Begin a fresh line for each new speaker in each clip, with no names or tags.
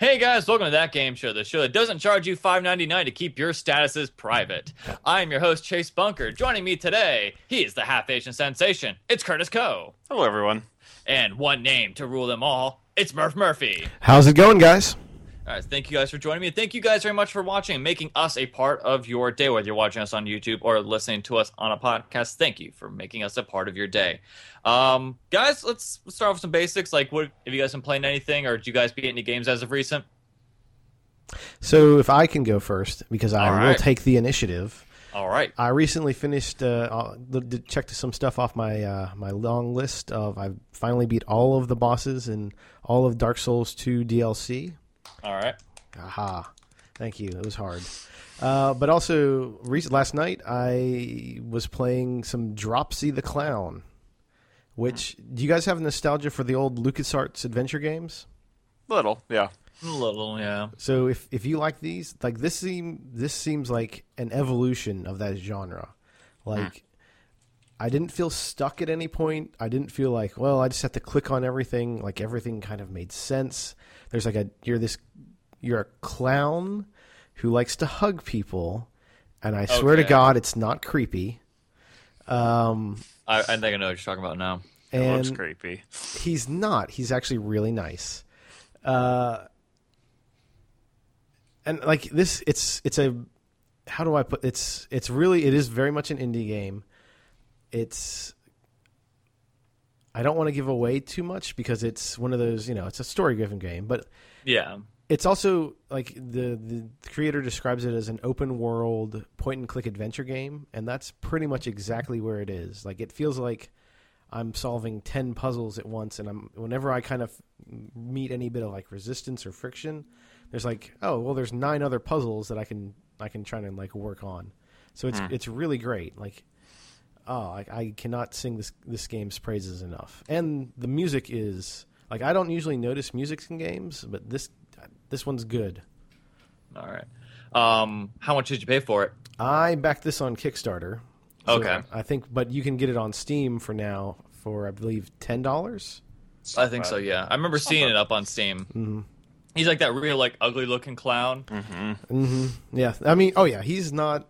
Hey guys, welcome to that game show, the show that doesn't charge you $5.99 to keep your statuses private. I am your host, Chase Bunker. Joining me today, he is the half Asian sensation. It's Curtis Coe.
Hello, everyone.
And one name to rule them all, it's Murph Murphy.
How's it going, guys?
All right, thank you guys for joining me. Thank you guys very much for watching and making us a part of your day, whether you're watching us on YouTube or listening to us on a podcast. Thank you for making us a part of your day. Um, guys, let's let's start off with some basics. Like, what have you guys been playing anything, or did you guys beat any games as of recent?
So, if I can go first, because I
All
will
right.
take the initiative.
All right.
I recently finished, uh, all- the- the- checked some stuff off my uh, my long list of I finally beat all of the bosses in all of Dark Souls 2 DLC.
All right.
Aha. Thank you. It was hard. Uh, but also, rec- last night I was playing some Dropsy the Clown, which, do you guys have nostalgia for the old LucasArts adventure games?
Little, yeah.
A little, yeah.
So if if you like these, like this seem this seems like an evolution of that genre.
Hmm.
Like I didn't feel stuck at any point. I didn't feel like, well, I just have to click on everything. Like everything kind of made sense. There's like a you're this you're a clown who likes to hug people, and I swear to
Okay.
God, it's not creepy. Um,
I, I think I know what you're talking about now.
It
and
looks creepy.
he's not. He's actually really nice. Uh, and like this, it's it's a how do I put it's it's really it is very much an indie game. It's I don't want to give away too much because it's one of those you know it's a story driven game, but
Yeah.
it's also like the, the creator describes it as an open world point and click adventure game and that's pretty much exactly where it is like it feels like i'm solving 10 puzzles at once and i'm whenever i kind of meet any bit of like resistance or friction there's like oh well there's nine other puzzles that i can i can try and like work on so it's it's really great like oh I, I cannot sing this this game's praises enough and the music is like i don't usually notice music in games but this this one's good
All right. Um, how much did you pay for it?
i backed this on kickstarter
Okay.
i think but you can get it on steam for now for i believe ten dollars
I think so. Yeah, I remember seeing it up on Steam.
Mm-hmm.
He's like that real, like ugly looking clown.
yeah i mean oh yeah he's not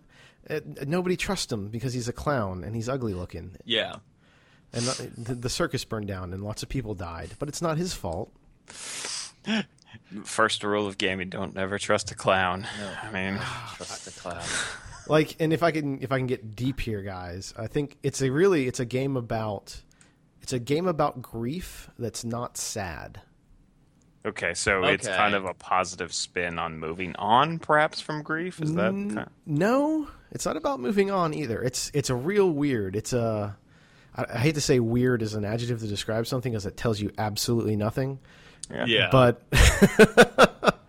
uh, nobody trusts him because he's a clown and he's ugly looking
Yeah.
and uh, the, the circus burned down and lots of people died but it's not his fault
First rule of gaming: don't ever trust a clown. I mean,
Trust the clown.
like and if i can if i can get deep here guys i think it's a really it's a game about it's a game about grief that's not sad
okay, so it's
Okay.
kind of a positive spin on moving on, perhaps from grief. Is that?
Mm.
kind
no it's not about moving on either it's it's a real weird it's a i, I hate to say weird as an adjective to describe something because it tells you absolutely nothing
Yeah.
but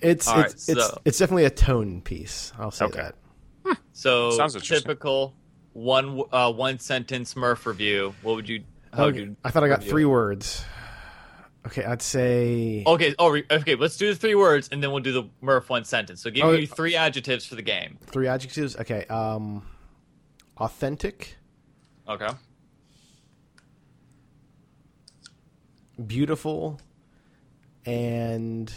it's
All right,
it's, it's
so-
it's definitely a tone piece i'll say
Okay.
that
so
Sounds interesting.
typical one uh, one sentence Smurf review. What would you? How would
okay,
you?
Um, i thought i got
review
three
it?
words okay i'd say
Okay. Oh, re- okay. Let's do the three words, and then we'll do the Murph one sentence. So give
Oh,
you three adjectives for the game.
Three adjectives. Okay. Um, authentic,
Okay.
beautiful, and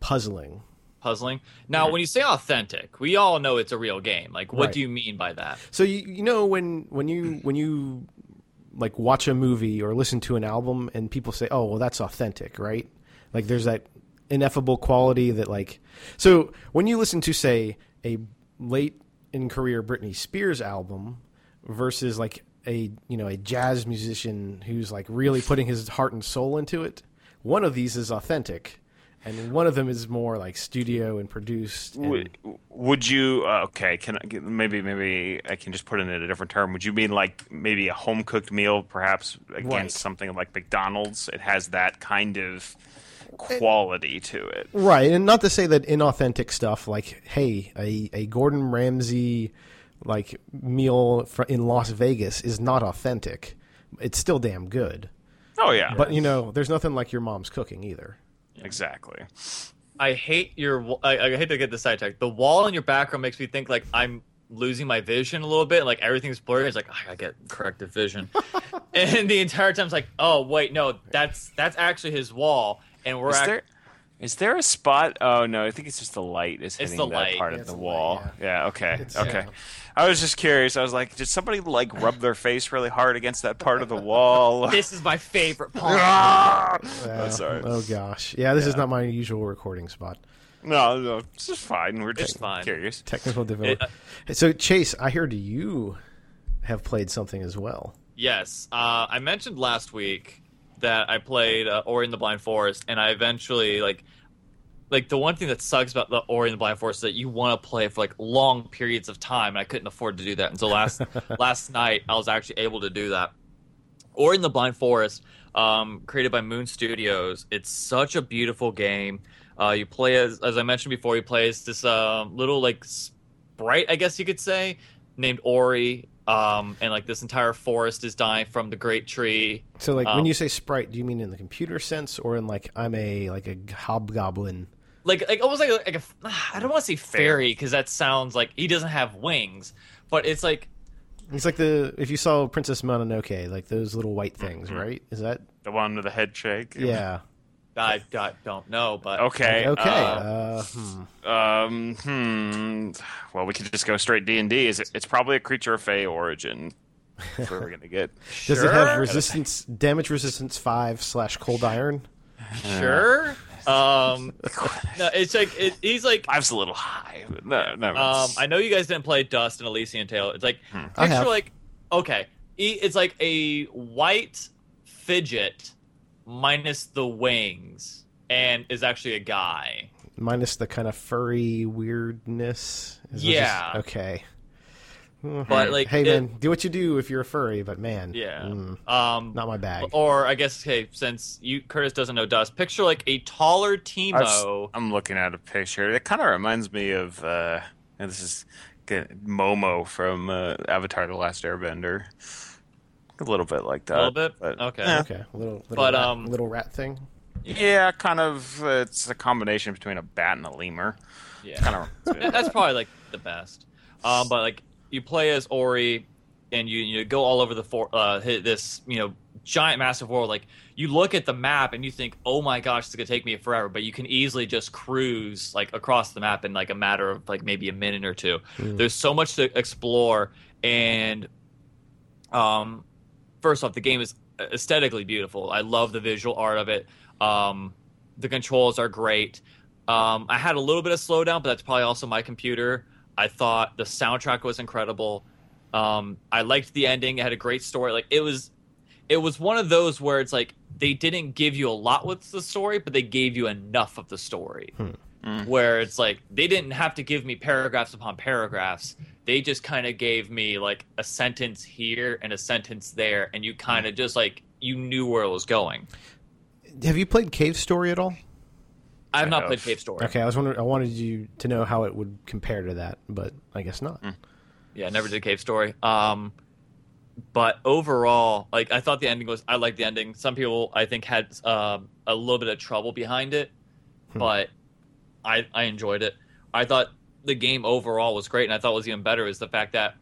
puzzling.
Puzzling. Now, when you say authentic, we all know it's a real game. Like, what
Right.
do you mean by that?
So you you know when when you when you like watch a movie or listen to an album and people say, "Oh, well, that's authentic," right? Like there's that ineffable quality that like. So when you listen to say a late in career Britney Spears album versus like a you know a jazz musician who's like really putting his heart and soul into it, one of these is authentic. And one of them is more like studio and produced. and-
would, would you? Uh, okay, can I, maybe maybe I can just put it in a different term. Would you mean like maybe a home cooked meal, perhaps against
Right.
something like McDonald's? It has that kind of quality to it.
Right, and not to say that inauthentic stuff like, hey, a, a Gordon Ramsay like meal fr- in Las Vegas is not authentic. It's still damn good,
Oh yeah,
but you know, there's nothing like your mom's cooking either.
exactly.
I hate your. wa- I, I hate to get the sidetracked. The wall in your background makes me think like I'm losing my vision a little bit. Like everything's blurry. It's like "Ah, I get corrective vision, and the entire time it's like, oh wait, no, that's that's actually his wall, and we're
Is
act-
there is there a spot? Oh no, I think it's just the light is
It's
hitting
the
that
light.
part
Yeah,
of
it's
the
the
wall.
light,
yeah. okay,
It's-
okay.
yeah.
I was just curious. I was like, did somebody like rub their face really hard against that part of the wall?
this is my favorite part.
Ah!
Uh,
oh, sorry.
Oh gosh. Yeah, this is not my usual recording spot.
No, no, this is fine. We're just
fine.
curious.
Technical difficulty. so Chase, I heard you have played something as well.
Yes, uh, I mentioned last week that I played uh, Ori and the Blind Forest, and I eventually like, like the one thing that sucks about the Ori and the Blind Forest is that you want to play for like long periods of time, and I couldn't afford to do that. And so last last night, I was actually able to do that. Or in the Blind Forest, um, created by Moon Studios. It's such a beautiful game. Uh, you play as, as I mentioned before, you play as this um little like sprite, I guess you could say, named Ori. Um, and like this entire forest is dying from the great tree.
So like
Um,
when you say sprite, do you mean in the computer sense or in like I'm a like a hobgoblin?
Like like almost like a, like a I don't want to say fairy because that sounds like he doesn't have wings, but it's like
It's like the if you saw Princess Mononoke, like those little white things,
Mm-hmm.
right? Is that
The one with the head shake.
yeah?
I, I don't know, but
Okay.
Okay.
uh,
uh, hmm.
um. Hmm. Well, we could just go straight D and D. Is it, it's probably a creature of Fey origin. That's where we're gonna get.
Does
sure?
it have resistance damage resistance five slash cold iron?
Sure. Um, no, it's like it, he's like
Five's a little high. But no, no.
Um,
it's-
I know you guys didn't play Dust and Elysian Tale. It's like
Hmm.
picture
I have.
like okay, E- it's like a white fidget minus the wings, and is actually a guy.
Minus the kind of furry weirdness. Is what
Yeah.
just- okay. Hmm.
But, like,
hey
it-
man, do what you do if you're a furry, but man,
Yeah.
mm,
Um,
not my bag.
or I guess okay, since you Curtis doesn't know Dust, picture like a taller Teemo.
I've s- uh, I'm looking at a picture. It kind of reminds me of uh, and this is g- Momo from uh, Avatar: The Last Airbender. A little bit like that.
a little bit.
but-
okay.
Yeah.
Okay, little little
But,
rat,
um,
little rat thing.
Yeah, kind of. Uh, it's a combination between a bat and a lemur.
Yeah.
Kind of.
That- that's probably like the best. Um, but like you play as Ori, and you you go all over the for uh, hi- this you know giant massive world. Like you look at the map and you think, oh my gosh, this is gonna take me forever. But you can easily just cruise like across the map in like a matter of like maybe a minute or two.
Mm.
There's so much to explore, and um, first off, the game is aesthetically beautiful. I love the visual art of it. Um, the controls are great. Um, I had a little bit of slowdown, but that's probably also my computer. I thought the soundtrack was incredible. Um, I liked the ending. It had a great story. Like it was, it was one of those where it's like they didn't give you a lot with the story, but they gave you enough of the story.
Hmm.
Mm.
Where it's like they didn't have to give me paragraphs upon paragraphs. They just kind of gave me like a sentence here and a sentence there, and you kind of
Hmm.
just like you knew where it was going.
Have you played Cave Story at all?
I have
I
not
have.
played Cave Story.
Okay, I was wondering. I wanted you to know how it would compare to that, but I guess not.
Mm. Yeah, never did Cave Story. Um, but overall, like I thought the ending was, I liked the ending. Some people I think had um, a little bit of trouble behind it,
Hmm.
but I I enjoyed it. I thought the game overall was great, and I thought what was even better is the fact that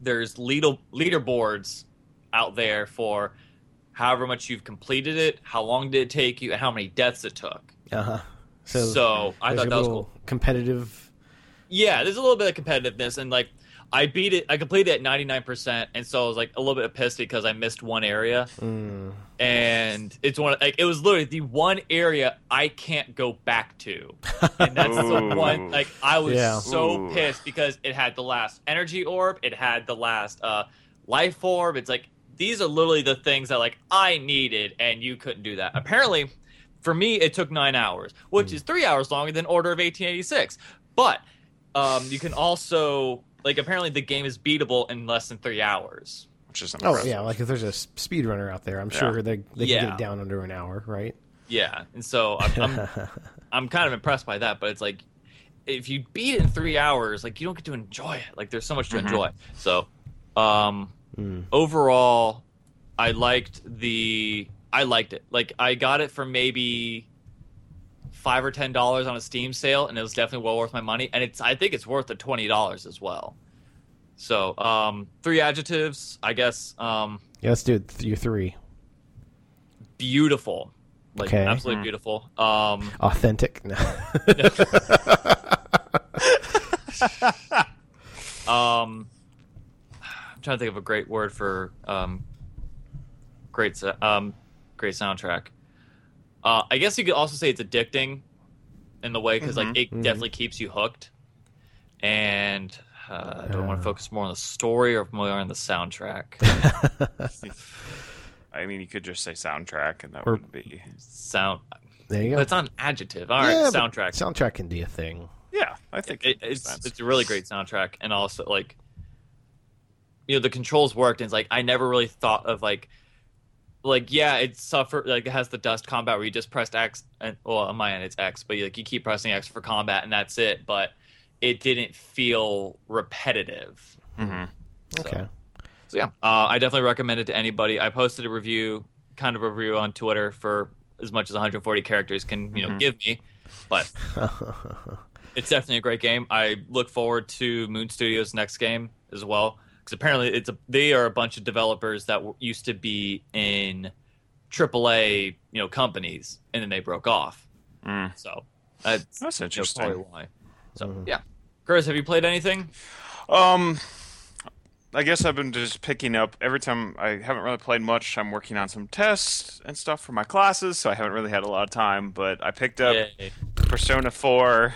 there's leader leaderboards out there for however much you've completed it, how long did it take you, and how many deaths it took.
Uh huh. So,
So, I
there's
thought
a
that was
little
cool.
Competitive.
Yeah, there's a little bit of competitiveness, and like I beat it, I completed it at 99, percent and so I was like a little bit pissed because I missed one area,
Mm,
and it's one like it was literally the one area I can't go back to, and that's the
Ooh.
one like I was
Yeah.
so
Ooh.
pissed because it had the last energy orb, it had the last uh life orb. It's like these are literally the things that like I needed, and you couldn't do that. Apparently, for me, it took nine hours, which is three hours longer than Order of 1886. But um, you can also like apparently the game is beatable in less than three hours.
Which is
oh
impressive.
yeah, like if there's a s- speed runner out there, I'm
Yeah.
sure they they can get
Yeah. Um,
it down under an hour, right?
Yeah, and so I'm I'm, I'm kind of impressed by that. But it's like if you beat it in three hours, like you don't get to enjoy it. Like there's so much to
Mhm.
enjoy. So um,
Mm.
overall, I liked the I liked it. Like I got it for maybe five or ten dollars on a Steam sale, and it was definitely well worth my money. And it's I think it's worth the twenty dollars as well. So um, three adjectives, I guess. Um,
Yeah, let's do it. Th- your three.
beautiful, like
Okay.
absolutely beautiful. Um,
Authentic. No.
um, I'm trying to think of a great word for um, great sou- um, great soundtrack. Uh, I guess you could also say it's addicting in the way because
Mm-hmm.
like it definitely keeps you hooked. And uh, do I want
Uh.
to focus more on the story or more on the soundtrack?
I mean, you could just say soundtrack, and that
Or-
would be
Sound.
there you go.
It's not an adjective. All right,
Yeah, but
soundtrack.
Soundtrack can be a thing.
yeah. I think
it,
that makes
it's
sense.
it's a really great soundtrack, and also like, you know, the controls worked, and it's like I never really thought of like, like yeah, it suffered like it has the dust combat where you just pressed X, and well on my end it's X, but you, like you keep pressing X for combat, and that's it. But it didn't feel repetitive.
Mhm.
Okay.
So yeah, uh, I definitely recommend it to anybody. I posted a review, kind of a review on Twitter for as much as 140 characters can you know
Mm-hmm.
give me, but it's definitely a great game. I look forward to Moon Studios' next game as well because apparently it's a, they are a bunch of developers that w- used to be in AAA you know companies and then they broke off.
Mm.
So that's
That's
you know,
interesting.
probably why. So yeah, Chris, have you played anything?
Um, I guess I've been just picking up every time. I haven't really played much. I'm working on some tests and stuff for my classes, so I haven't really had a lot of time. But I picked up
Yay.
Persona 4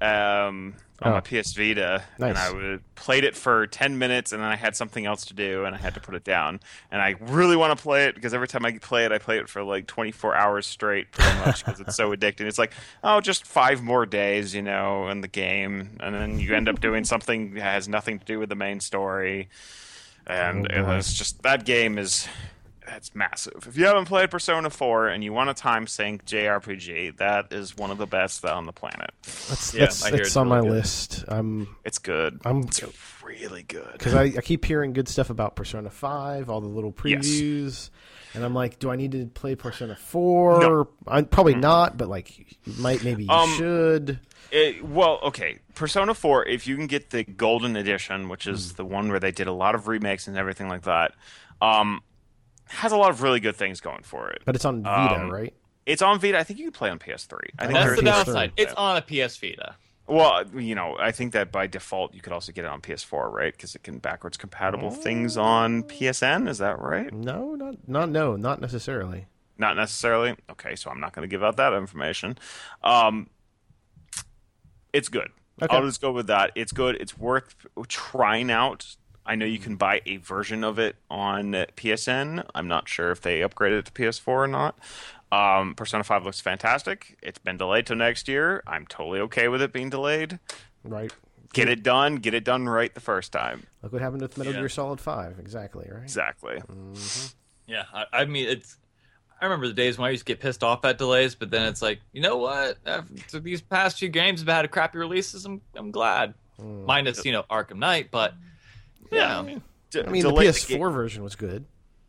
um, on
Oh.
my PS Vita,
Nice.
and I would, played it for 10 minutes, and then I had something else to do, and I had to put it down. And I really want to play it because every time I play it, I play it for like 24 hours straight, pretty much, because it's so addicting. It's like, oh, just five more days, you know, in the game, and then you end up doing something that has nothing to do with the main story. And
Oh, boy.
it's just that game is that's massive. If you haven't played Persona 4 and you want a time sync JRPG, that is one of the best on the planet.
That's,
Yeah,
that's,
I hear
that's
it's
on
really
my
good.
list. I'm
It's good.
I'm
It's really good.
because I, I keep hearing good stuff about Persona Five, all the little previews, and I'm like, do I need to play Persona Four?
No.
I, probably not, but like, you might maybe you
Um,
should.
It- Eh, well, okay. Persona 4, if you can get the Golden Edition, which is the one where they did a lot of remakes and everything like that, um, has a lot of really good things going for it.
But it's on Vita,
um,
right?
It's on Vita. I think you can play on PS3. I think
That's
there
That's
is
the
PS3.
a-
downside. It's on a PS Vita.
Well, you know, I think that by default you could also get it on PS4, right? Because it can backwards compatible things on PSN. Is that right?
No, not not no, not necessarily.
Not necessarily. Okay, so I'm not going to give out that information. Um, it's good.
Okay.
I'll just go with that. It's good. It's worth trying out. I know you can buy a version of it on PSN. I'm not sure if they upgraded it to PS4 or not. Um, Persona 5 looks fantastic. It's been delayed till next year. I'm totally okay with it being delayed.
Right.
get it done, get it done right the first time.
Look what happened with Metal
Yeah.
Gear Solid Five. Exactly. Right. Mm-hmm.
Exactly.
Yeah, I, I mean it's. I remember the days when I used to get pissed off at delays, but then it's like, you know what? After these past few games have had crappy releases. I'm I'm glad,
Mm.
minus you know Arkham Knight, but yeah, yeah,
D-
I mean, the
delay
PS4
game-
version was good.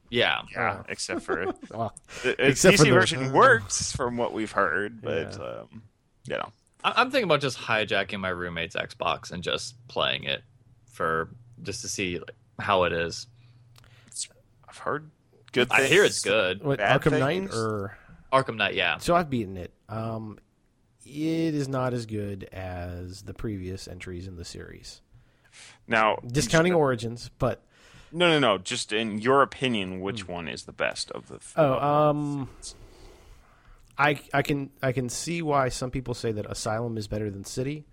yeah, except for
Oh,
the PC
Except for the-
version works from what we've heard, but
Yeah.
um, you know,
I, I'm thinking about just hijacking my roommate's Xbox and just playing it for just to see like, how it is.
I've heard good.
I
things.
hear it's good.
what,
Bad
Arkham Knight
things?
or
Arkham Knight, yeah,
so I've beaten it. Um, it is not as good as the previous entries in the series.
Now,
Discounting Origins, but
no, no, no. Just in your opinion, which one is the best of the? f-
Hmm. Oh, um, I I can I can see why some people say that Asylum is better than City,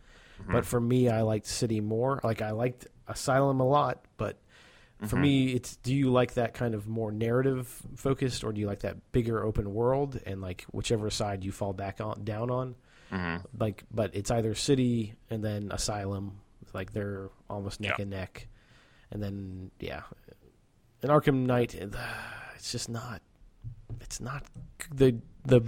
but for me, I liked City more. Like I liked Asylum a lot, but for me, it's do you like that kind of more narrative focused, or do you like that bigger open world? And like whichever side you fall back on down on, like but it's either City and then Asylum, like they're almost neck
Yeah.
and neck, and then yeah, and Arkham Knight, it's just not it's not the the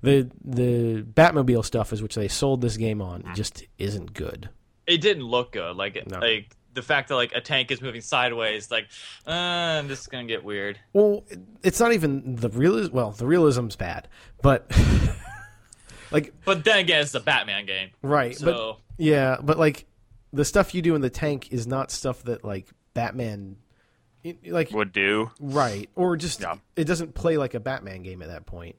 the the Batmobile stuff is which they sold this game on just isn't good.
it didn't look good. Like it
No.
like the fact that like a tank is moving sideways, like uh, I'm just gonna get weird.
Well, it's not even the realism. Well, the realism's bad, but like
But then again, it's the Batman game.
right, but
So
yeah, but like the stuff you do in the tank is not stuff that like Batman, it- like
Would do.
Right. Or just
Yeah.
it doesn't play like a Batman game at that point.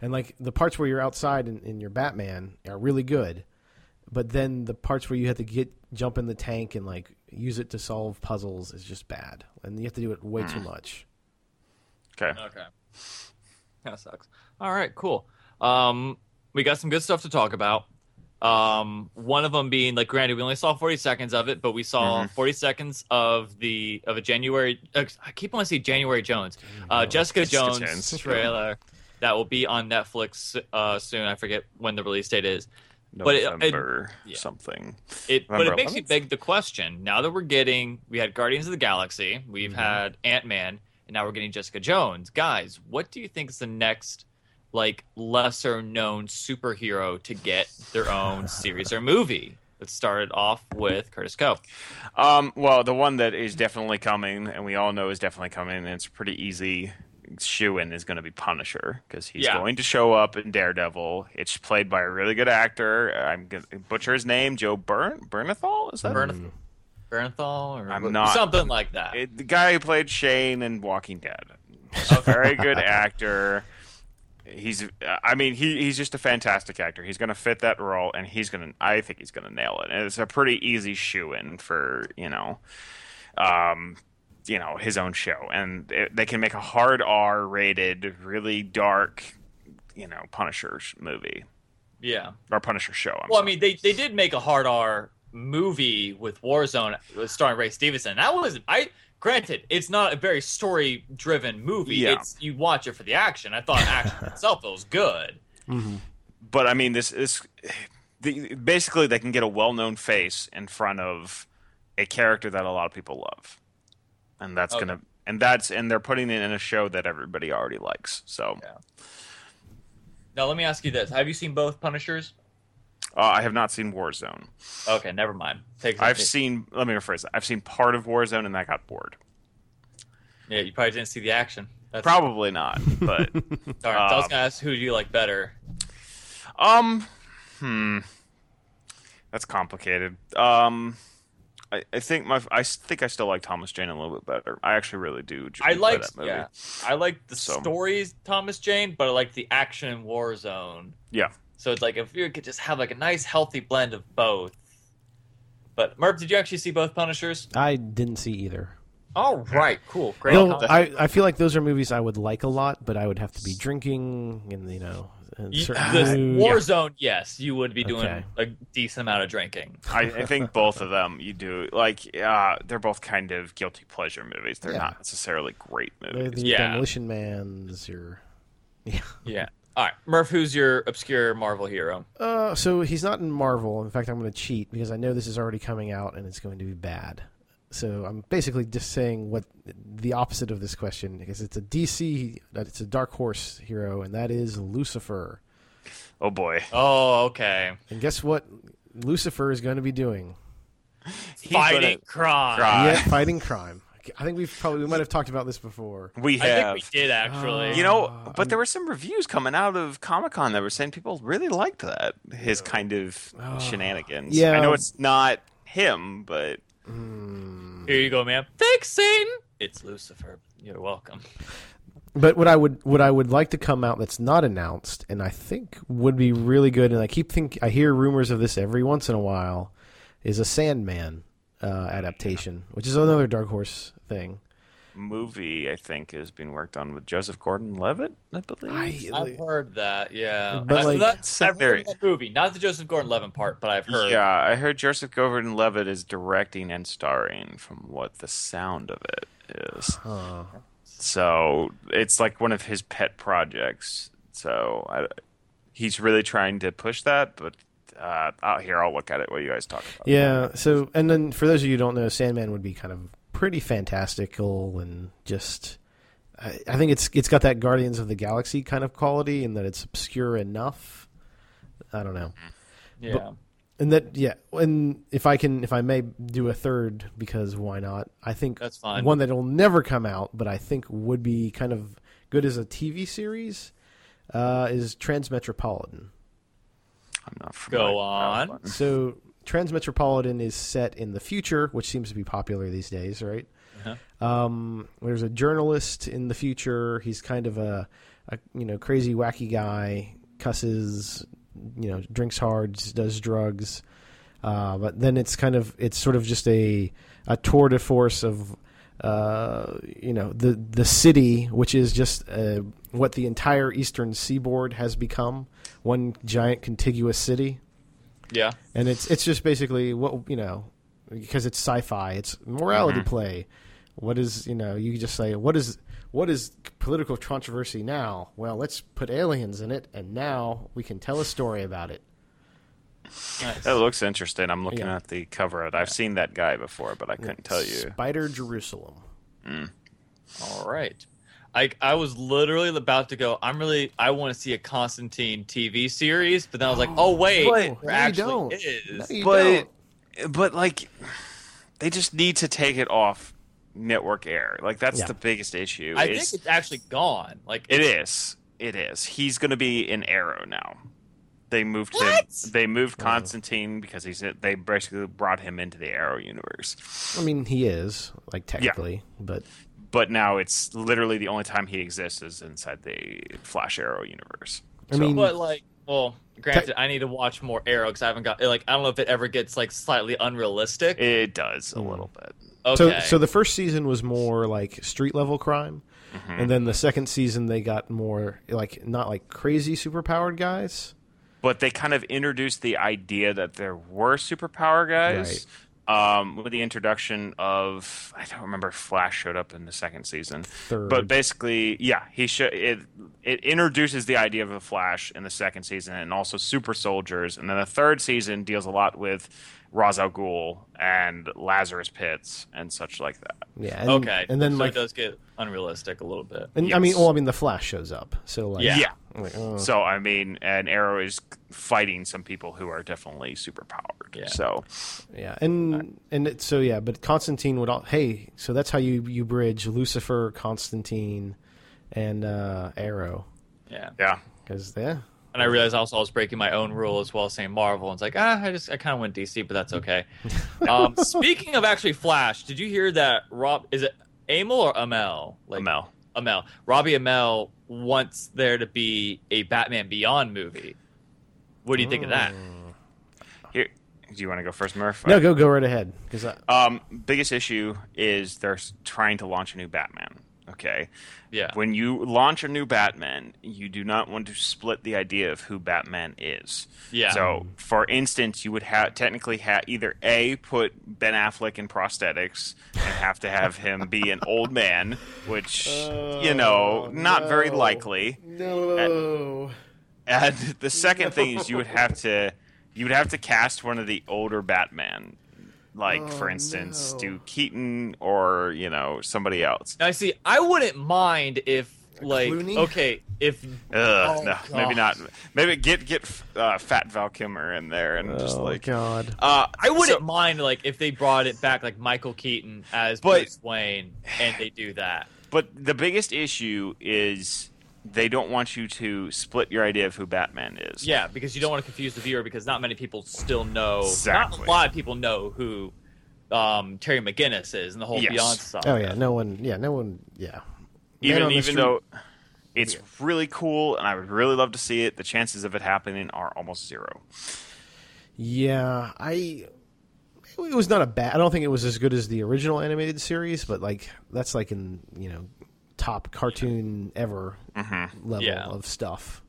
And like the parts where you're outside and, and you're Batman are really good. But then the parts where you have to get jump in the tank and like use it to solve puzzles is just bad. And you have to do it way too
Hmm.
much.
Okay.
okay, that sucks. All right, cool. Um, we got some good stuff to talk about. Um, one of them being like, granted, we only saw 40 seconds of it, but we saw 40 seconds of the of a January. Uh, I keep wanting to say January Jones, uh, Jessica, Jones,
Jessica Jones.
trailer that will be on Netflix uh, soon. I forget when the release date is. But it- it-
November
yeah.
something.
It, but
Remember
it makes you
11th?
beg the question. Now that we're getting, we had Guardians of the Galaxy, we've
Mm-hmm.
Mhm.
had Ant Man, and now we're getting Jessica Jones. Guys, what do you think is the next, like, lesser known superhero to get their own series or movie? It started off with Curtis Coe.
Um, well, the one that is definitely coming, and we all know is definitely coming, and it's pretty easy. Shoe in is going to be Punisher because he's
Yeah.
going to show up in Daredevil. It's played by a really good actor. I'm going to butcher his name, Joe Bern Bernthal. Is that
Bernth- Bernthal or
Hmm. I'm not-
something like that.
It- the guy who played Shane in Walking Dead? A very good actor. He's, uh, I mean, he, he's just a fantastic actor. He's going to fit that role, and he's going to, I think he's going to nail it. And it's a pretty easy shoe in for, you know, um, you know, his own show. And it, they can make a hard R rated, really dark, you know, Punisher sh- movie
yeah.
or Punisher show. I'm
Well, I
sorry.
mean, they, they did make a hard R movie with Warzone uh, starring Ray Stevenson. That was I granted, it's not a very story driven movie.
Yeah.
It's you watch it for the action. I thought action itself was good.
but I mean, this is the, basically they can get a well-known face in front of a character that a lot of people love, and that's
Okay.
gonna and that's and they're putting it in a show that everybody already likes. So
Yeah. Now let me ask you this. Have you seen both Punishers?
uh, I have not seen Warzone.
Okay, never mind. Take
I've seen. Let me rephrase that. I've seen part of Warzone, and I got bored.
Yeah, you probably didn't see the action. That's
Probably not, but
Sorry. so I was
um,
gonna ask who do you like better?
um, hmm, that's complicated. Um. I, I think my I s- think I still like Thomas Jane a little bit better. I actually really do. enjoy
I liked
that movie.
yeah. I liked the
So-
stories Thomas Jane, but I liked the action in Warzone.
yeah.
So it's like if you could just have like a nice healthy blend of both. But Merp, did you actually see both Punishers?
I didn't see either.
All right, cool, great.
No,
content.
I, I feel like those are movies I would like a lot, but I would have to be drinking and you know in
You-
certain
the
mood.
Warzone, yes, you would be doing
Okay.
a decent amount of drinking.
I, I think both of them you do like uh, they're both kind of guilty pleasure movies. They're
Yeah.
not necessarily great
They're
movies.
the
Yeah.
Demolition Man's your
Yeah. All right, Murph, who's your obscure Marvel hero?
Uh, so he's not in Marvel. In fact, I'm going to cheat because I know this is already coming out and it's going to be bad. So I'm basically just saying what the opposite of this question because it's a DC, that it's a dark horse hero, and that is Lucifer.
Oh boy,
Oh, okay.
And guess what? Lucifer is going to be doing
Fighting crime.
cry.
yeah, fighting crime. I think we've probably we might have talked about this before.
we
I
have.
think we did actually.
you know,
Uh,
but there were some reviews coming out of Comic Con that were saying people really liked that his kind of shenanigans.
Uh, Yeah.
I know it's not him, but
here you go, man. Thanks, Satan. It's Lucifer. You're welcome.
But what I would what I would like to come out that's not announced, and I think would be really good, and I keep think I hear rumors of this every once in a while, is a Sandman uh, adaptation, which is another Dark Horse thing.
movie I think is being worked on with Joseph Gordon-Levitt, I believe.
I've heard that, yeah.
But,
I've-
like-
that's- I've
There-
heard that movie, not the Joseph Gordon-Levitt part, but I've heard.
Yeah, I heard Joseph Gordon-Levitt is directing and starring, from what the sound of it is.
Huh.
So it's like one of his pet projects. So I, he's really trying to push that, but uh, out here I'll look at it. What you guys talk about?
yeah. So, and then for those of you who don't know, Sandman would be kind of pretty fantastical and just. I, I think it's it's got that Guardians of the Galaxy kind of quality, in that it's obscure enough. I don't know.
Yeah.
And that yeah, and if I can, if I may do a third because why not? I think
That's fine.
One that'll never come out, but I think would be kind of good as a TV series uh, is Transmetropolitan.
I'm not familiar
Go
with that
on.
one.
So Transmetropolitan is set in the future, which seems to be popular these days, right? Um, there's a journalist in the future. He's kind of a, a you know crazy wacky guy, cusses, you know, drinks hard, does drugs. Uh, but then it's kind of it's sort of just a a tour de force of uh, you know the the city, which is just uh, what the entire eastern seaboard has become, one giant contiguous city
Yeah.
and it's it's just basically what you know because it's sci-fi it's morality
Mm-hmm.
play what is you know you just say what is what is political controversy now well let's put aliens in it and now we can tell a story about it
Nice.
That looks interesting. I'm looking
Yeah.
at the cover art. I've seen that guy before, but I couldn't tell you.
spider jerusalem
All right. I, I was literally about to go. I'm really I want to see a Constantine TV series, but then I was like, oh wait,
But-
there
No, you
actually
don't.
is.
No, you
but
don't.
but like they just need to take it off network air. Like that's
Yeah.
the biggest issue.
I
It's-
think it's actually gone. Like
It is. It is. He's going to be in Arrow now. They moved
What?
him. They moved Constantine because he's. They basically brought him into the Arrow universe.
i mean he is like technically but
But now it's literally the only time he exists is inside the Flash Arrow universe.
i mean
But like, well, granted, I need to watch more Arrow because I haven't got like I don't know if it ever gets like slightly unrealistic.
It does
Hmm.
a little bit.
okay,
So, so the first season was more like street level crime,
Mm-hmm.
and then the second season they got more like not like crazy superpowered guys.
But they kind of introduced the idea that there were superpower guys. Um, with the introduction of, I don't remember if Flash showed up in the second season,
Third,
But basically, yeah, he should. It, it introduces the idea of the Flash in the second season, and also super soldiers, and then the third season deals a lot with Ra's al Ghul and Lazarus Pits and such like that.
yeah, and,
okay,
and then
so
like
it does get unrealistic a little bit.
And I mean,
Yes.
well, I mean, the Flash shows up, so like,
Yeah.
I'm like, oh.
So I mean, and Arrow is fighting some people who are definitely super powered.
Yeah.
So
yeah, and and it, so yeah, but Constantine would all, hey, so that's how you you bridge Lucifer, Constantine, and uh Arrow,
Yeah,
yeah,
because yeah,
and I realized also I was breaking my own rule as well, saying Marvel. And it's like ah, I just I kind of went DC, but that's
Mm.
okay. um, speaking of actually Flash, did you hear that Rob? Is it Amel or Amel? Like
Amel.
Amel. Robbie Amel wants there to be a Batman Beyond movie. What do you think of that?
Mm. Here, do you want to go first, Murph?
no, go go right ahead, because
Um, biggest issue is they're s- trying to launch a new Batman. Okay.
Yeah.
When you launch a new Batman, you do not want to split the idea of who Batman is.
Yeah.
So, for instance, you would have technically ha- either a put Ben Affleck in prosthetics and have to have him be an old man, which you know, not very
Oh, no.
likely.
no,
And the second thing is you would have to you would have to cast one of the older Batman, like for instance,
no.
Stu Keaton or you know somebody else.
Now, see, I wouldn't mind if, like,
Clooney?
okay, if
Ugh,
Oh,
no, maybe not.
God.
Maybe get get uh, Fat Val Kilmer in there and just
oh
like.
god,
Uh,
I wouldn't
so-
mind, like, if they brought it back, like Michael Keaton as
But-
Bruce Wayne, and they do that.
but the biggest issue is they don't want you to split your idea of who Batman is.
Yeah, because you don't want to confuse the viewer, because not many people still know.
Exactly.
Not a lot of people know who um, Terry McGinnis is and the whole
Yes.
Beyond stuff.
oh yeah, no one, yeah, no one, yeah, Man
even
on the
even
street.
though it's really cool and I would really love to see it, the chances of it happening are almost zero.
Yeah, I. It was not a bad. I don't think it was as good as the original animated series, but like that's like in you know top cartoon ever level
Yeah.
of stuff.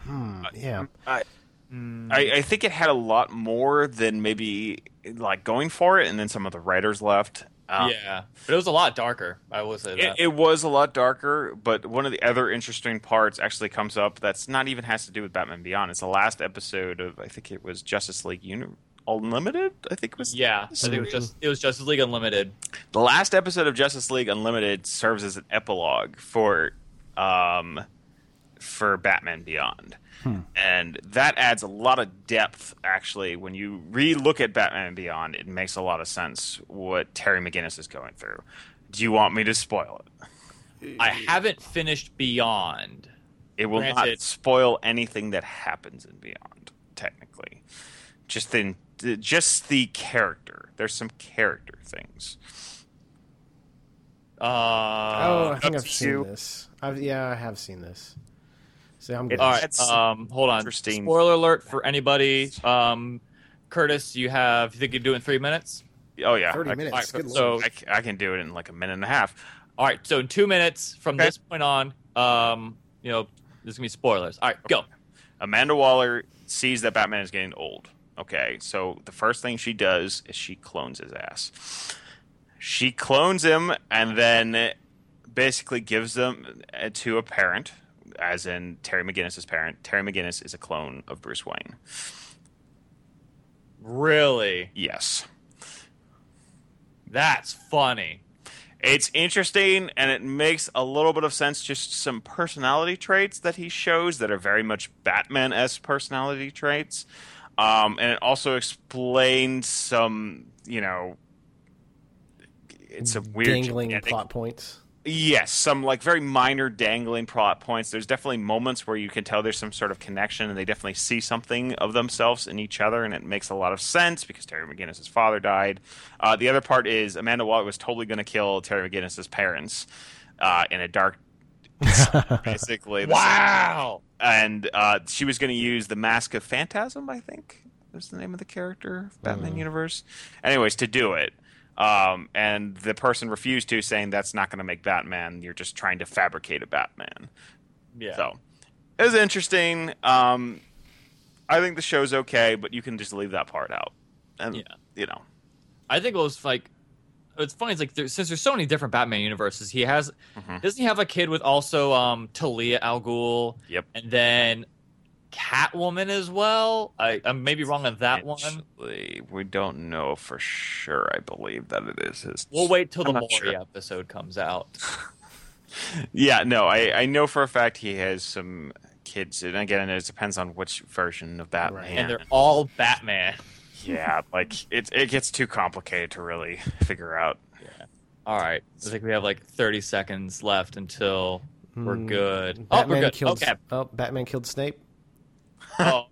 Uh,
Hmm.
mm,
Yeah.
I, I I think it had a lot more than maybe like going for it, and then some of the writers left. Um,
Yeah, but it was a lot darker. I will say
It,
that.
it was a lot darker, but one of the other interesting parts actually comes up that's not even has to do with Batman Beyond. It's the last episode of I think it was Justice League Uni- Unlimited. I think was
yeah, I think it was just it was Justice League Unlimited.
the last episode of Justice League Unlimited serves as an epilogue for um for Batman Beyond.
Hmm.
And that adds a lot of depth actually when you re-look at Batman Beyond, it makes a lot of sense what Terry McGinnis is going through. Do you want me to spoil it?
I haven't finished Beyond.
It will not
Granted.
spoil anything that happens in Beyond, technically. Just the just the character. There's some character things.
oh,
Uh,
I think
up
I've
to
seen
you.
this. I've, yeah, I have seen this. So I'm
It-
good.
all
That's
right. Um, hold on.
interesting.
Spoiler alert for anybody. Um, Curtis, you have. You think you do in three minutes?
Oh yeah,
Thirty
I,
minutes.
alright,
good
so-
I,
lord.
c- I can do it in like a minute and a half.
All right. So in two minutes from
Okay.
this point on, um, you know, there's gonna be spoilers. All right, go.
Amanda Waller sees that Batman is getting old. Okay, so the first thing she does is she clones his ass. She clones him and then basically gives them uh, to a parent, as in Terry McGinnis's parent. Terry McGinnis is a clone of Bruce Wayne.
Really?
Yes.
That's funny.
It's interesting and it makes a little bit of sense. Just some personality traits that he shows that are very much Batman esque personality traits. Um, and it also explains some, you know, it's a weird
dangling
genetic-
plot points.
Yes, some like very minor dangling plot points. There's definitely moments where you can tell there's some sort of connection, and they definitely see something of themselves in each other, and it makes a lot of sense because Terry McGinnis's father died. Uh, the other part is Amanda Waller was totally going to kill Terry McGinnis's parents uh, in a dark, basically. the same-
Wow.
and uh, she was going to use the Mask of Phantasm, I think is the name of the character, of Batman
Mm-hmm.
Universe. Anyways, to do it. Um, and the person refused to, saying that's not going to make Batman. You're just trying to fabricate a Batman.
Yeah.
So it was interesting. Um, I think the show's okay, but you can just leave that part out. And,
Yeah.
you know,
I think it was like it's funny. It's like there, since there's so many different Batman universes, he has
Mhm.
doesn't he have a kid with also um Talia Al Ghul?
Yep.
and then Catwoman as well. I, I may be wrong on that one.
actually, we don't know for sure. I believe that it is his.
We'll wait till
I'm
the
not
Maury
sure.
episode comes out.
Yeah, no, I, I know for a fact he has some kids, and again, it depends on which version of Batman.
Right.
And they're all Batman.
yeah, like it it gets too complicated to really figure out.
All right. I think we have like 30 seconds left until we're
Hmm.
good. Oh,
Batman
we're good.
killed.
Okay.
Oh, Batman killed Snape.
Oh,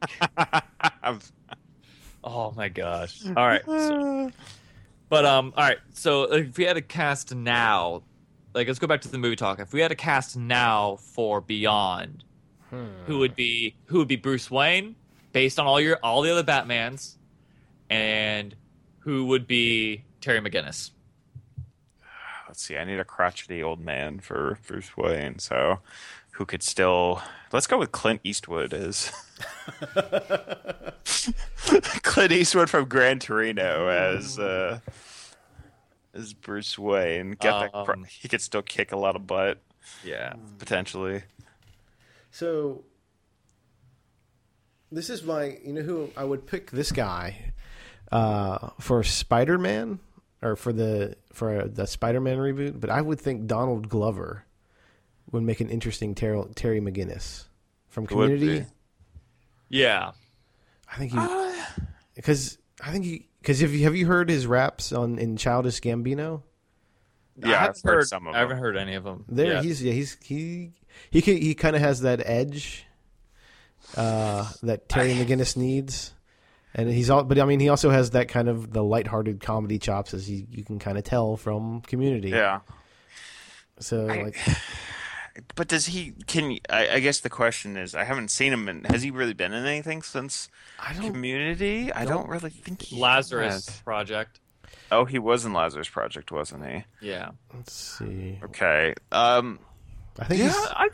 I've-
oh my gosh. All right. so- But um, all right. So like, if we had a cast now, like let's go back to the movie talk. If we had a cast now for Beyond,
Hmm.
who would be who would be Bruce Wayne, based on all your all the other Batmans, and who would be Terry McGinnis?
let's see. I need a crotchety old man for Bruce Wayne, so who could still? Let's go with Clint Eastwood as. Clint Eastwood from Gran Torino as uh, as Bruce Wayne. Get that cro-
Um,
he could still kick a lot of butt
Yeah.
potentially.
So this is my you know who I would pick this guy uh, for Spider Man or for the for the Spider Man reboot, but I would think Donald Glover would make an interesting Ter- Terry McGinnis from
Would be.
Community.
Yeah.
I think he because I think he because have you have you heard his raps on in Childish Gambino?
Yeah,
I haven't
I've heard some of
I haven't
them.
heard any of them.
There
yet.
he's yeah he's he he ca- he kind of has that edge uh, that Terry McGinnis needs, and he's all but I mean he also has that kind of the lighthearted comedy chops as you, you can kind of tell from Community.
Yeah.
So like
But does he? Can I, I guess the question is? I haven't seen him, and has he really been in anything since
I don't
Community? I don't really think he
Lazarus
has.
Project.
Oh, he was in Lazarus Project, wasn't he?
Yeah.
let's see.
Okay. Um.
I think
Yeah,
he's,
I,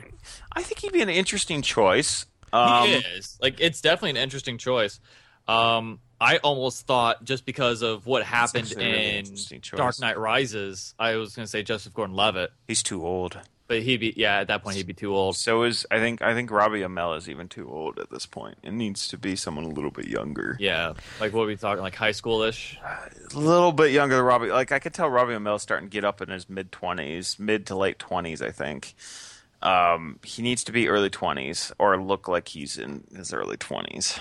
I think he'd be an interesting choice.
He
Um,
is. Like it's definitely an interesting choice. Um I almost thought just because of what happened
actually a really
in
interesting choice.
Dark Knight Rises, I was going to say Joseph Gordon-Levitt,
He's too old.
but he'd be yeah, at that point he'd be too old.
So is I think I think Robbie Amell is even too old at this point. It needs to be someone a little bit younger.
Yeah, like what are we talking like high schoolish?
A little bit younger than Robbie. Like I could tell Robbie Amell's starting to get up in his mid twenties, mid to late twenties, I think. Um, he needs to be early twenties or look like he's in his early twenties.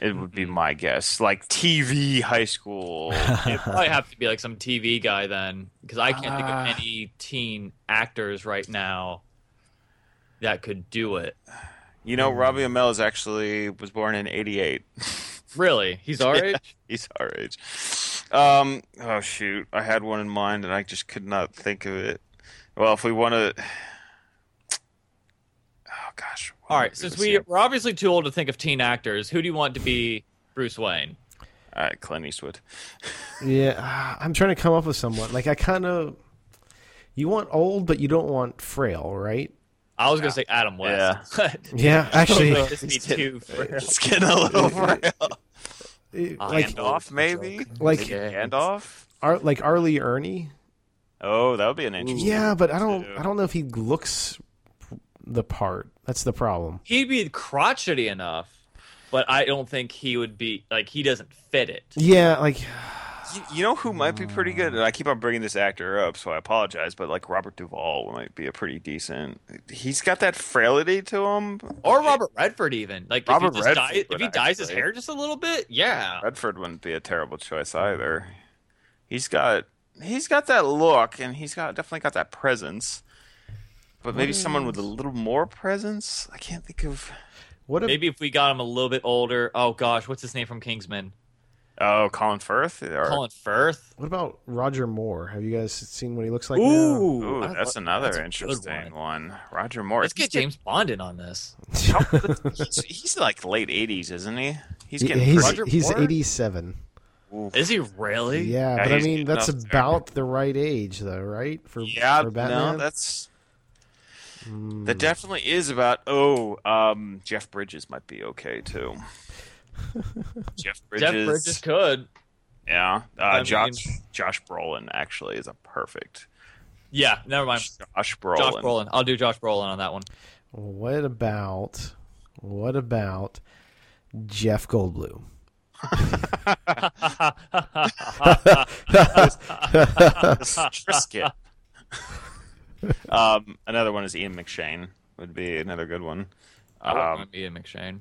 It would
Mm-hmm.
be my guess. Like TV high school.
It'd probably have to be like some TV guy then, because I can't think
Ah.
of any teen actors right now that could do it.
You know, Robbie Amell is actually was born in '88.
Really, he's our age.
He's our age. Um, oh shoot, I had one in mind and I just could not think of it. Well, if we want to, oh gosh. what
All right,
movie
since
was he
we
in?
we're obviously too old to think of teen actors, who do you want to be Bruce Wayne?
All right, Clint Eastwood.
Yeah, ah, I'm trying to come up with someone. Like I kind of, you want old, but you don't want frail, right?
I was gonna say Adam West.
Yeah, actually,
But just be too frail.
It's getting a little frail.
it-
I
like
am-
Gandalf, maybe.
Like-
Maybe Gandalf.
Ar- like Arlie Ernie.
Oh, that would be an interesting.
Yeah, but I don't,
too.
I don't know if he looks the part. That's the problem.
He'd be crotchety enough, but I don't think he would be like he doesn't fit it.
Yeah, like
You, you know who might be pretty good, and I keep on bringing this actor up, so I apologize. But like Robert Duvall might be a pretty decent. He's got that frailty to him.
Or Robert Redford, even like
Robert
if he just
Redford
dye- if
would
he dyes his
actually-
hair just a little bit, yeah.
Redford wouldn't be a terrible choice either. He's got he's got that look, and he's got definitely got that presence. But maybe someone with a little more presence. I can't think of.
what? A,
Maybe if we got him a little bit older. Oh gosh, what's his name from Kingsman?
Oh, Colin Firth. Or,
Colin Firth.
What about Roger Moore? Have you guys seen what he looks like? now?
Ooh,
Ooh,
I-
that's another
a good
interesting
one.
one. Roger Moore.
Let's get James Bond in on this.
How- he's, he's like late eighties, isn't he? He's
He-
getting
he's
pretty-
Roger
he's
Moore?
87.
Ooh.
Is he really?
Yeah,
Yeah,
but I
he's
mean
getting
that's
up there.
about the right age, though, right? For
yeah.
for Batman.
No, that's
Mm.
that definitely is about. Oh, um, Jeff Bridges might be okay too. Jeff Bridges.
Jeff Bridges could.
Yeah,
I
uh,
mean-
Josh Josh Brolin actually is a perfect
Yeah, never mind.
Josh Brolin.
Josh Brolin. I'll do Josh Brolin on that one.
What about what about Jeff Goldblum?
Um, Trisket. um, another one is Ian McShane would be another good one.
I wouldn't
Um,
mind Ian McShane.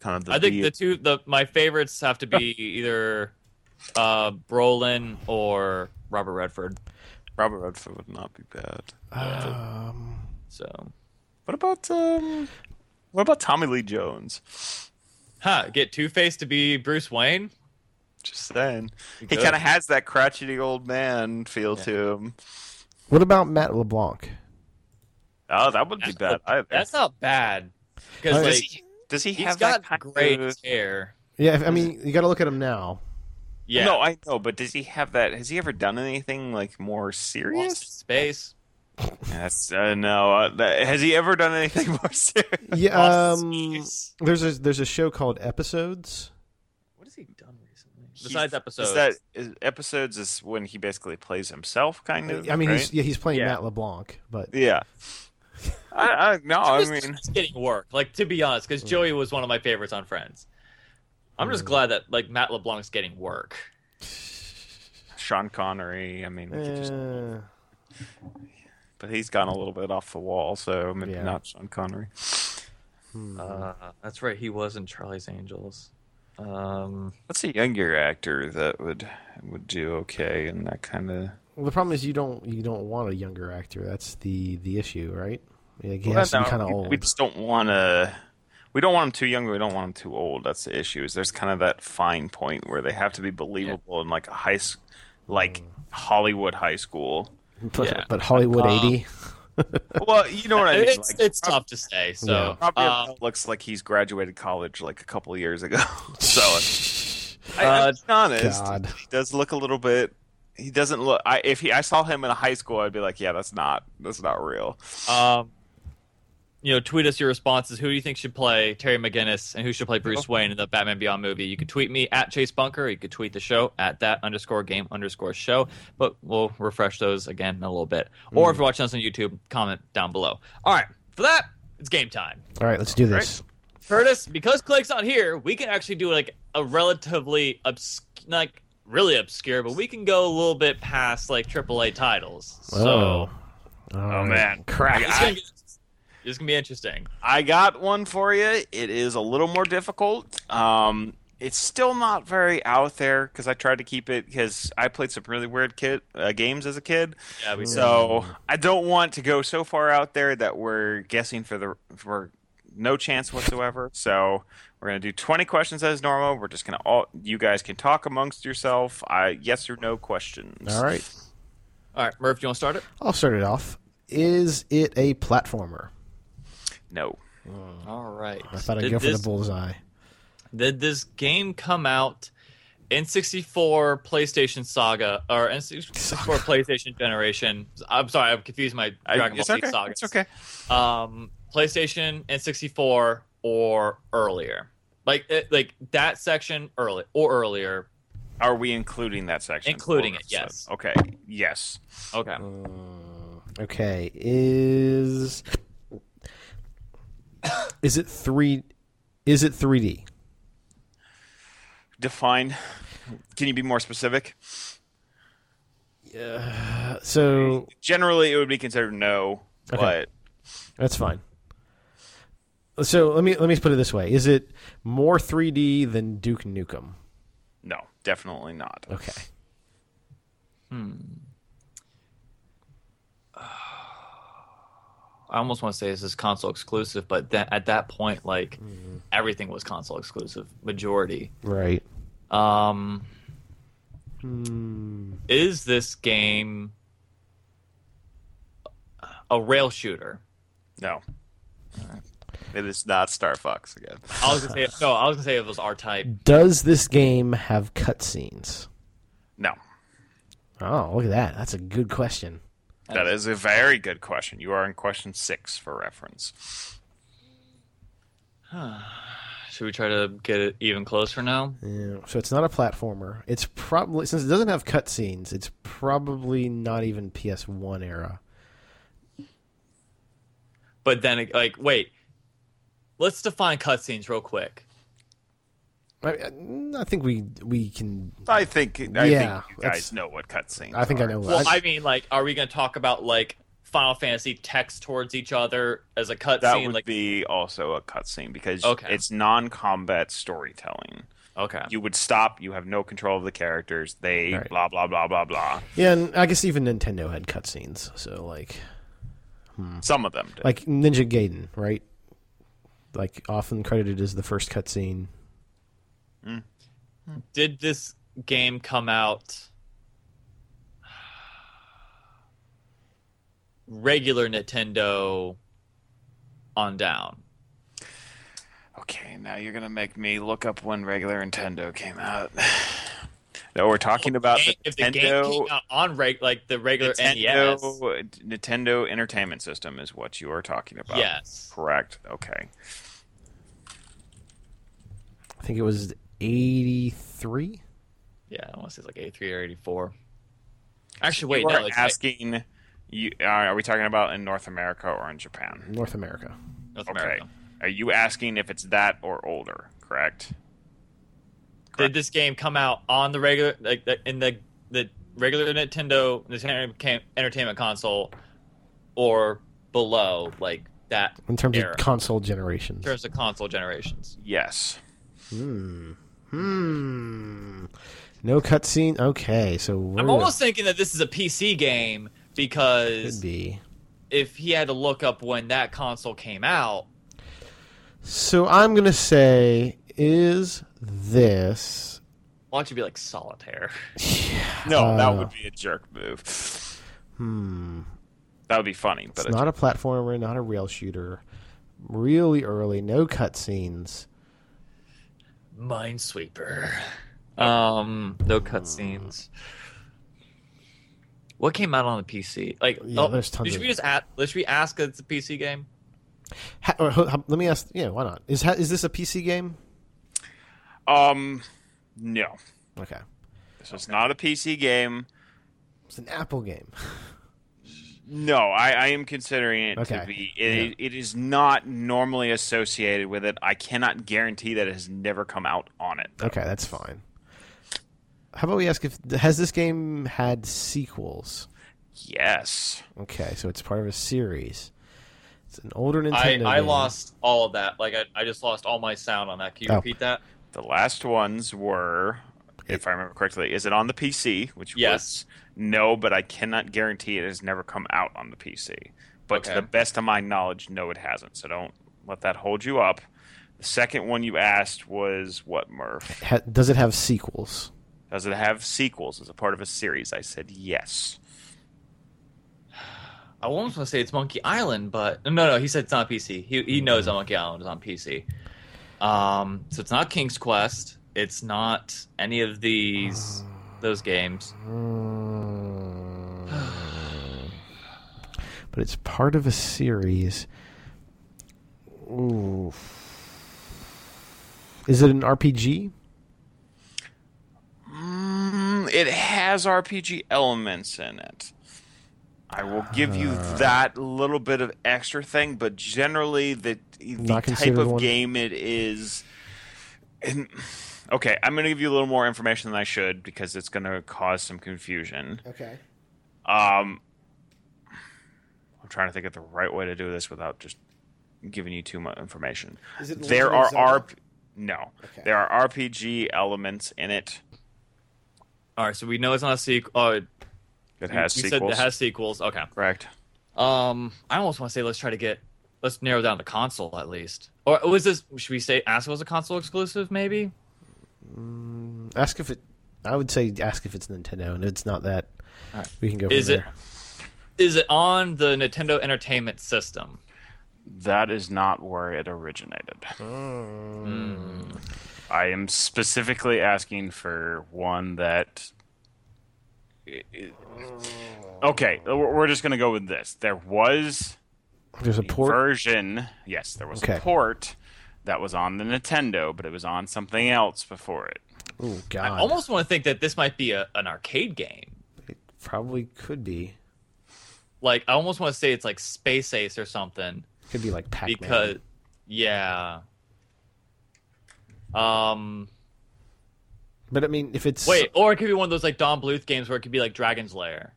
kind of the
I think
B-
the two the my favorites have to be either uh, Brolin or Robert Redford.
Robert Redford would not be bad.
Um,
So,
What about um, what about Tommy Lee Jones?
huh? Get Two Face to be Bruce Wayne.
Just saying,
You
he
could.
kind of has that crotchety old man feel to him.
what about Matt LeBlanc?
Oh, that would be bad either.
That's not bad because like,
Oh,
does
he,
he, does he
has
have
got
that kind
great
of-
hair.
Yeah, if- I mean you got to look at him now.
Yeah,
No, I know, but does he have that? Has he ever done anything like more
Lost in
serious?
space.
Yes, uh, no. Uh, that, has he ever done anything more serious?
Yeah,
Lost in
um,
space.
there's a there's a show called Episodes.
What has he done recently?
He-
Besides episodes,
is that is, episodes is when he basically plays himself, kind of.
I mean,
right?
he's yeah, he's playing
Yeah.
Matt LeBlanc, but
yeah. I, I no, I
Just-
mean,
just getting work. Like to be honest, because Joey was one of my favorites on Friends. I'm
Mm.
just glad that like Matt LeBlanc's getting work.
Sean Connery. I mean, we could just,
eh,
but he's gone a little bit off the wall, so maybe
Yeah.
not Sean Connery.
Uh, that's right. He was in Charlie's Angels. Um,
What's a younger actor that would would do okay in that kind of?
well, the problem is you don't you don't want a younger actor. That's the the issue, right? Like, he
Well,
has to be
no,
kind of
we-
old.
We just don't want to. We don't want them too young. We don't want them too old. That's the issue. Is there's kind of that fine point where they have to be believable in like a high, s- like
Mm.
Hollywood high school.
but,
yeah.
but Hollywood
Uh,
eighty.
Well, you know what I mean.
it's
like,
it's tough to say. So
Robbie
uh,
Amell looks like he's graduated college like a couple of years ago. so uh, I, I'm being honest,
God.
he does look a little bit. He doesn't look. I, if he, I saw him in a high school, I'd be like, yeah, that's not that's not real.
um, you know, tweet us your responses. Who do you think should play Terry McGinnis and who should play
Oh.
Bruce Wayne in the Batman Beyond movie? You could tweet me at Chase Bunker. Or you could tweet the show at that underscore game underscore show. But we'll refresh those again in a little bit. Or
Mm.
if you're watching us on YouTube, comment down below. All right, for that, it's game time.
All right, let's do this.
Curtis, because Clake's not here, we can actually do like a relatively obsc- like really obscure, but we can go a little bit past like AAA titles. So
oh, All right.
man.
crack!
it's gonna, be, it's gonna be interesting.
I got one for you. It is a little more difficult. Um, it's still not very out there because I tried to keep it because I played some really weird kid uh, games as a kid.
Yeah, we
so
Mm.
I don't want to go so far out there that we're guessing for the for no chance whatsoever. So we're gonna do 20 questions as normal. We're just gonna all you guys can talk amongst yourself. I yes or no questions.
All right.
All right, Murph, you want to start it?
I'll start it off. Is it a platformer?
No.
All right.
I thought I'd
Did
go for
this-
the bullseye.
Did this game come out N64 PlayStation Saga or N64 PlayStation generation? I'm sorry, I'm confused my
I-
Dragon Ball
it's
Z
okay.
saga.
It's okay.
Um, PlayStation N64 or earlier. Like it, like that section early or earlier.
Are we including that section?
Including
Or-
it, yes.
Okay. Yes.
Okay.
Mm. Okay, is is it three? Is it three D?
Define. Can you be more specific?
Uh, So
Generally, it would be considered no,
Okay.
but
that's fine. So let me let me put it this way: Is it more three D than Duke Nukem?
no, definitely not.
Okay,
I almost want to say this is console exclusive, but that at that point, like
Mm-hmm.
everything was console exclusive, majority.
right.
Um,
Hmm.
Is this game a rail shooter?
No. It is not Star Fox again.
I was gonna say no. I was gonna say it was R type.
Does this game have cutscenes?
No.
Oh, look at that! That's a good question.
That is a very good question. You are in question six for reference.
Should we try to get it even closer now?
Yeah. So it's not a platformer. It's probably since it doesn't have cutscenes. It's probably not even PS One era.
But then, it- like, wait. Let's define cutscenes real quick.
I, I think we we can.
I think I
Yeah,
think you
that's-
guys know what cutscenes.
I think I
are.
know.
Well, I mean, like, are we gonna talk about like Final Fantasy text towards each other as a
That
cutscene?
would
Like,
be also a cutscene because
Okay.
it's non-combat storytelling.
okay,
You would stop. You have no control of the characters. They
Right.
blah blah blah blah blah.
yeah, and I guess even Nintendo had cutscenes. So like
Some of them. Did.
Mm. like Ninja Gaiden, right? Like often credited as the first cutscene.
did this game come out regular Nintendo on down?
Okay, now you're gonna make me look up when regular Nintendo came out. no, we're talking about
Game-
the
if the game came
Nintendo.
out on reg, like the regular E
Nintendo, uh,
NES,
Nintendo Entertainment System is what you are talking about.
yes.
Correct. Okay.
I think it was eighty three.
Yeah, I want to say it's like 83 or 84. Actually, wait,
you
no,
are
it's like
asking. You, uh, are we talking about in North America or in Japan?
North America.
North
Okay.
America.
Are you asking if it's that or older? Correct.
Did this game come out on the regular, like the, in the the regular Nintendo Nintendo cam- Entertainment Console, or below, like that
In terms
era?
of console generations.
in terms of console generations?
Yes.
Hmm. No cutscene. Okay, so we're
I'm almost thinking that this is a PC game
could
because
be.
if he had to look up when that console came out,
So I'm gonna say, is this?
why don't you be like solitaire?
No,
Uh,
that would be a jerk move. Hmm. That would be funny, but
It's not a platformer, not a rail shooter. Really early, no cutscenes.
Minesweeper. Um, no cutscenes. What came out on the PC? Like,
Yeah,
oh,
there's tons
Should
of-
we just ask? Let's we ask if it's a PC game?
Ha- or, ho- ho- let me ask. Yeah, why not? Is ha- is this a PC game?
um, no.
Okay,
So it's not a PC game.
it's an Apple game.
No, I, I am considering it
Okay.
to be. It, it is not normally associated with it. I cannot guarantee that it has never come out on it.
Okay, that's fine. How about we ask if has this game had sequels?
Yes.
Okay, so it's part of a series. It's an older
I,
Nintendo.
I
game.
lost all of that. Like, I, I just lost all my sound on that. Can you
Oh.
repeat that?
The last ones were, if I remember correctly, is it on the PC? Which
Yes.
was no, but I cannot guarantee it has never come out on the PC. But to
Okay.
the best of my knowledge, no, it hasn't. So don't let that hold you up. The second one you asked was what, Murph?
Ha- does it have sequels?
Does it have sequels as a part of a series? I said yes.
I almost want to say it's Monkey Island, but no, no, he said it's not PC. He
Mm-hmm.
he knows that Monkey Island is on PC. Um, so it's not King's Quest. It's not any of these those games.
But it's part of a series. Ooh. Is it an RPG?
Mm, it has RPG elements in it. I will give you
Uh.
that little bit of extra thing, but generally the the
Not
type
considered
of
one.
game it is. And, okay, I'm going to give you a little more information than I should because it's going to cause some confusion.
Okay.
Um, I'm trying to think of the right way to do this without just giving you too much information.
Is it
there
Legend
are
of Zelda?
RP- no,
Okay.
there are RPG elements in it.
All right, so we know it's not a sequel. Oh, it-
It
you, you
has
said
sequels.
it has sequels. Okay.
Correct.
Um, I almost want to say let's try to get let's narrow down the console at least. Or was this? Should we say ask if it was a console exclusive? Maybe.
Ask if it. I would say ask if it's Nintendo, and if it's not that,
Alright.
we can go.
Is
from
it-
there.
Is it on the Nintendo Entertainment System?
That is not where it originated.
Hmm.
I am specifically asking for one that. Okay, we're we're just going to go with this. There was
There's a
a
port.
version. Yes, there was a
Okay.
port that was on the Nintendo, but it was on something else before it.
Oh
I
God!
almost want to think that this might be a, an arcade game.
It probably could be.
Like I almost want to say it's like Space Ace or something
Could be like Pac-Man.
because yeah. Um.
but I mean, if it's
Wait, or it could be one of those like Don Bluth games where it could be like Dragon's Lair.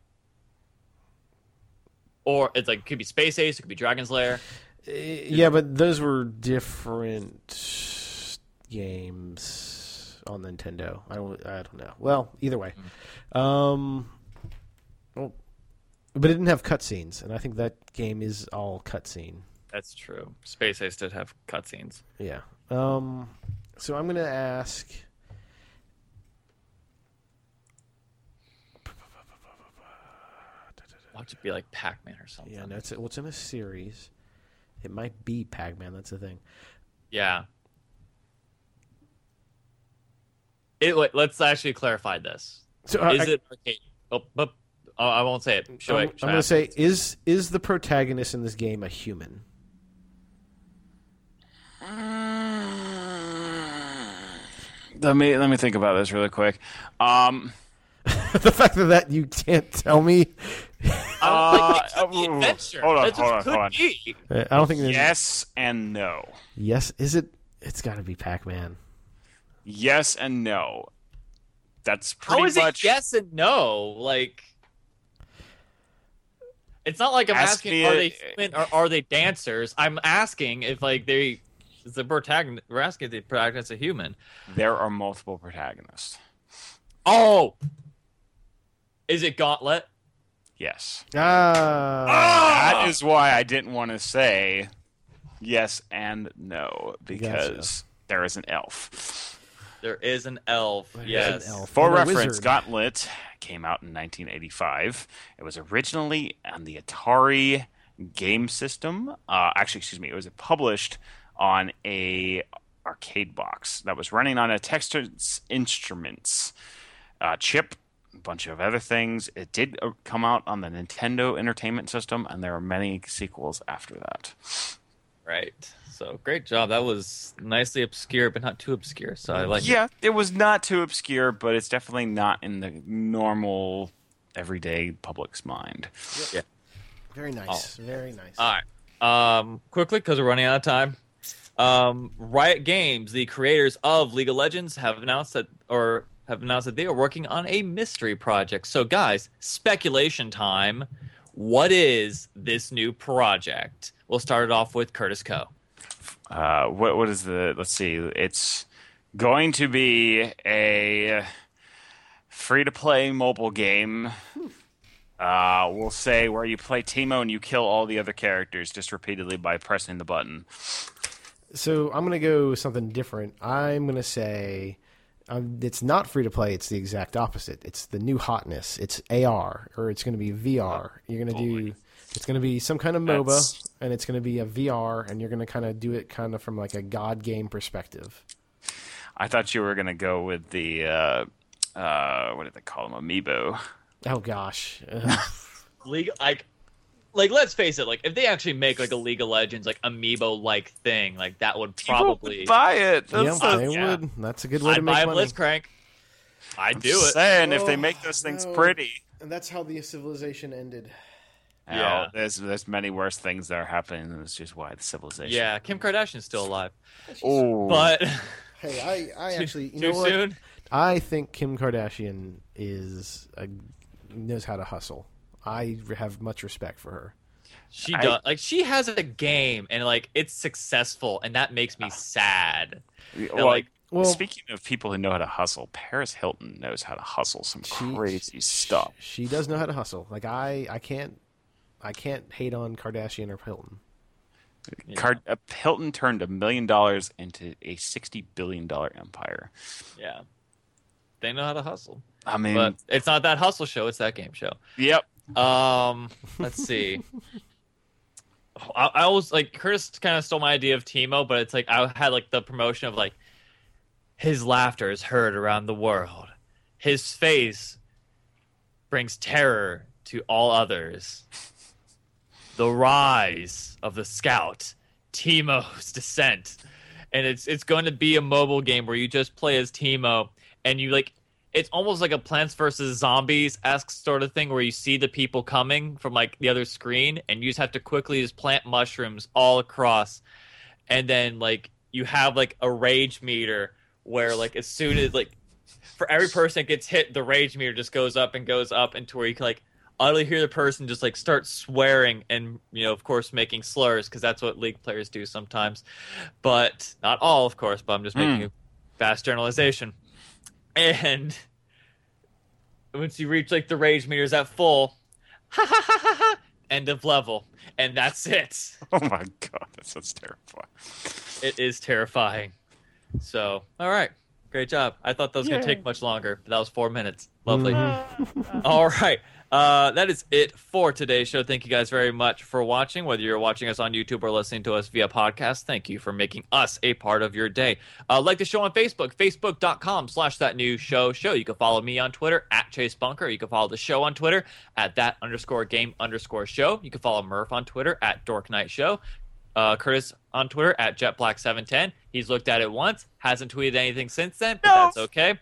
Or it's like it could be Space Ace, it could be Dragon's Lair.
uh, yeah, but those were different games on Nintendo. I don't, I don't know. Well, either way,
Hmm.
um, well, but it didn't have cutscenes, and I think that game is all cutscene.
That's true. Space Ace did have cutscenes.
Yeah. Um, so I'm gonna ask.
Want it to be like Pac Man or something.
Yeah, no, it's well, it's in a series. It might be Pac-Man. That's the thing.
Yeah. It, wait, let's actually clarify this.
So uh,
is
I-
it arcade? Oh, but oh, I won't say it. Should I?
I'm, I'm
should I
gonna
ask?
say is is the protagonist in this game a human?
Let me let me think about this really quick. Um,
the fact that, that you can't tell me.
I
uh,
don't think it could be
oh,
adventure.
hold on,
That's what
hold on,
it could
hold
be.
on.
Uh, I don't think. there's-
yes and no.
Yes. Is it? It's got to be Pac-Man.
Yes and no. That's pretty
How is
much.
it yes and no? Like, it's not like I'm
Ask
asking
me
are
a-
they human or are they dancers. I'm asking if like they is the protagonist. We're asking if the protagonist a human.
There are multiple protagonists.
Oh, is it Gauntlet?
Yes.
Ah.
That is why I didn't want to say yes and no because there is an elf.
There is an elf.
There's
yes.
an elf.
For
And a
reference,
wizard.
Gauntlet came out in 1985. It was originally on the Atari game system. Uh, actually, excuse me, it was published on a arcade box that was running on a Texas Instruments uh, chip, a bunch of other things. It did uh, come out on the Nintendo Entertainment System, and there are many sequels after that.
Right. So great job. That was nicely obscure, but not too obscure. So I like. it.
Yeah, it was not too obscure, but it's definitely not in the normal, everyday public's mind.
Very nice. Very nice.
All right. Um, quickly, because we're running out of time. Um, Riot Games, the creators of League of Legends, have announced that, or have announced that they are working on a mystery project. So, guys, speculation time. What is this new project? We'll start it off with Curtis Co.
uh, what what is the let's see it's going to be a free to play mobile game.
Hmm.
Uh, we'll say where you play Teemo and you kill all the other characters just repeatedly by pressing the button.
So I'm going to go something different. I'm going to say um, it's not free to play. It's the exact opposite. It's the new hotness. It's AR or it's going to be VR. You're going to do. It's going to be some kind of MOBA,
That's-
and it's going to be a VR, and you're going to kind of do it kind of from like a god game perspective.
I thought you were going to go with the uh, uh, what did they call them? Amiibo.
Oh gosh, Ugh.
League like like let's face it, like if they actually make like a League of Legends like amiibo like thing, like that would
People would
probably
buy it.
yeah,
That's
they
the-
yeah.
would. That's a good way to
I'd
make
buy a
money.
Blitzcrank. I'd do
Just
it.
Saying if they
Oh,
make those things
no.
pretty.
And that's how the civilization ended.
Yeah.
Yeah. there's there's many worse things that are happening. That's just why the civilization.
Yeah, Kim Kardashian's still alive.
Oh.
But
Hey, I, I actually, you
too
know what?
soon.
I think Kim Kardashian is a, knows how to hustle. I have much respect for her.
She
I-
does like she has a game and like it's successful and that makes me sad.
well,
like-
Well,
speaking of people who know how to hustle, Paris Hilton knows how to hustle some
She-
crazy stuff.
she does know how to hustle. Like I, I can't, I can't hate on Kardashian or Hilton.
Yeah.
Card- uh, Hilton turned a million dollars into a sixty billion dollar empire.
Yeah. They know how to hustle.
I mean,
But it's not that hustle show, it's that game show.
yep.
Um, let's see. I, I was like Curtis kind of stole my idea of Timo, but it's like I had like the promotion of like his laughter is heard around the world. His face brings terror to all others. The rise of the scout, Timo's descent. And it's it's going to be a mobile game where you just play as Timo and you like it's almost like a Plants vs Zombies esque sort of thing where you see the people coming from like the other screen, and you just have to quickly just plant mushrooms all across, and then like you have like a rage meter where like as soon as like for every person that gets hit, the rage meter just goes up and goes up into where you can like utterly hear the person just like start swearing and you know of course making slurs because that's what league players do sometimes, but not all of course. But I'm just making a fast generalization and once you reach like the rage meters at full, ha ha ha ha ha, end of level, and that's it.
Oh my god, that sounds terrifying.
It is terrifying. So, all right, great job. I thought that was gonna take much longer, but that was four minutes. Lovely. all right. Uh, that is it for today's show. Thank you guys very much for watching. Whether you're watching us on YouTube or listening to us via podcast, thank you for making us a part of your day. Uh, like the show on Facebook, facebook.com slash that new show show. You can follow me on Twitter at Chase Bunker. You can follow the show on Twitter at that underscore game underscore show. You can follow Murph on Twitter at Dork Night Show. Uh, Curtis on Twitter at JetBlack710. He's looked at it once, hasn't tweeted anything since then, but that's okay.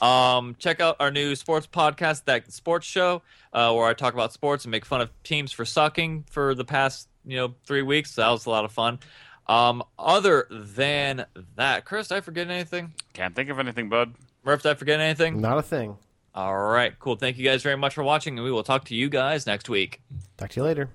Um, check out our new sports podcast, that sports show, uh, where I talk about sports and make fun of teams for sucking for the past you know three weeks. So that was a lot of fun. Um, other than that, Chris, did I forget anything?
Can't think of anything, bud.
Murph, did I forget anything?
Not a thing.
All right, cool. Thank you guys very much for watching, and we will talk to you guys next week.
Talk to you later.